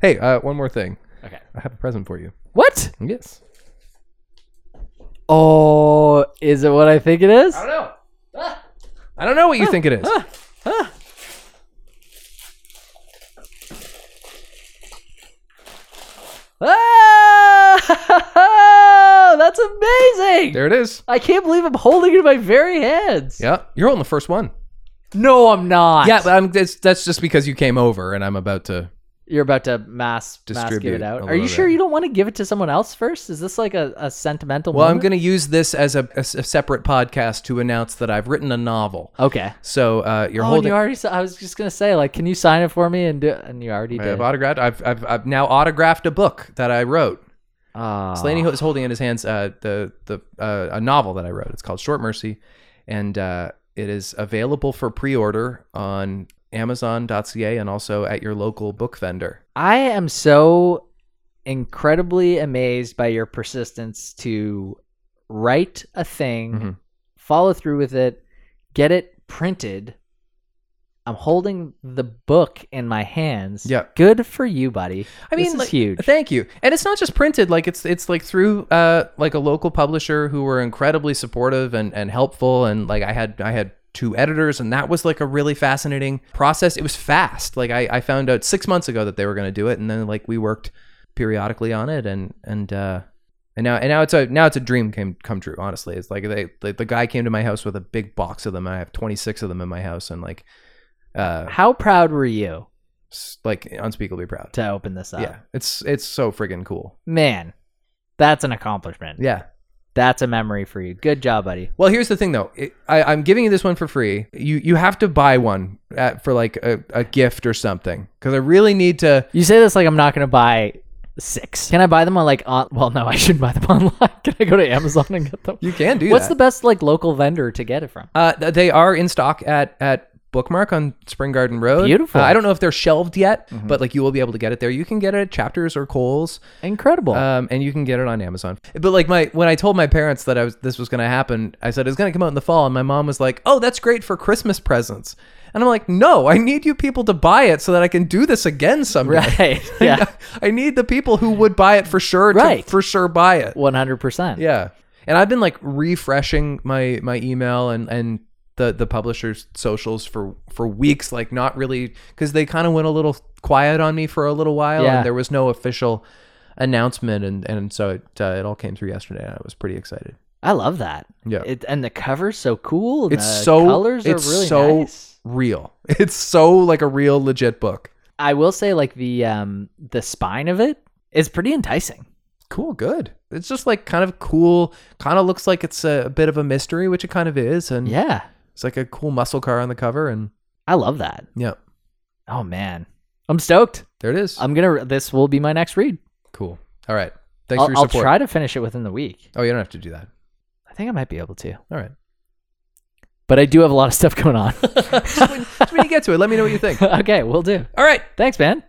Hey, uh, one more thing. Okay. I have a present for you. What? Yes. Oh, is it what I think it is? know. I don't know what you think it is. Ah! That's amazing! There it is. I can't believe I'm holding it in my very hands. Yeah, you're on the first one. No, I'm not. Yeah, but I'm, it's, that's just because you came over, and I'm about to. You're about to mass, mass give Distribute it out. a Are you little sure bit. you don't want to give it to someone else first? Is this like a, a sentimental Well, I'm moment? going to use this as a, as a separate podcast to announce that I've written a novel. Okay. So uh, you're oh, and holding. you already. s- I was just gonna say, like, can you sign it for me? And do, and you already I've did. autographed. I've, I've I've now autographed a book that I wrote. Ah. Slaney is holding in his hands uh, the the uh, a novel that I wrote. It's called Short Mercy, and uh, it is available for pre-order on Amazon.ca and also at your local book vendor. I am so incredibly amazed by your persistence to write a thing, Mhm. follow through with it, get it printed. I'm holding the book in my hands. Yeah. Good for you, buddy. I mean, this is like, huge. Thank you. And it's not just printed; like it's it's like through uh like a local publisher who were incredibly supportive and and helpful. And like I had I had two editors, and that was like a really fascinating process. It was fast. Like I I found out six months ago that they were going to do it, and then like we worked periodically on it, and and uh and now and now it's a now it's a dream came come true. Honestly, it's like they like the guy came to my house with a big box of them. And I have twenty six of them in my house, and like uh How proud were you s- like unspeakably proud. to open this up? Yeah, it's it's so friggin' cool. Man, that's an accomplishment. Yeah. That's a memory for you. Good job, buddy. Well, here's the thing though. It, I, I'm giving you this one for free. You you have to buy one at, for like a, a gift or something because I really need to. You say this like I'm not gonna buy six. Can I buy them on like on? Well, no, I shouldn't buy them online. Can I go to Amazon and get them? You can do What's the that. best like local vendor to get it from? Uh, th- they are in stock at at Bookmark on Spring Garden Road. Beautiful. Uh, I don't know if they're shelved yet, but like you will be able to get it there. You can get it at Chapters or Kohl's. Incredible. Um, and you can get it on Amazon. But like my when I told my parents that I was this was gonna happen, I said it was gonna come out in the fall, and my mom was like, "Oh, that's great for Christmas presents." And I'm like, "No, I need you people to buy it so that I can do this again someday." right. Yeah. I need the people who would buy it for sure Right. to for sure buy it. One hundred percent. Yeah. And I've been like refreshing my my email and and the the publisher's socials for for weeks like not really cuz they kind of went a little quiet on me for a little while Yeah. and there was no official announcement and and so it uh, it all came through yesterday and I was pretty excited. I love that. Yeah. It, and the cover's so cool. and It's the so- colors it's are really so- nice. Real. It's so like a real legit book. I will say like the um the spine of it is pretty enticing. Cool, good. It's just like kind of cool, kind of looks like it's a, a bit of a mystery, which it kind of is and Yeah. it's like a cool muscle car on the cover and I love that. yeah, Oh man. I'm stoked. there it is. I'm gonna. This will be my next read. cool. All right. Thanks I'll, for your I'll support. try to finish it within the week. Oh, you don't have to do that. I think I might be able to. All right. but I do have a lot of stuff going on. Just when you get to it, let me know what you think. okay, we'll do. All right. Thanks, man.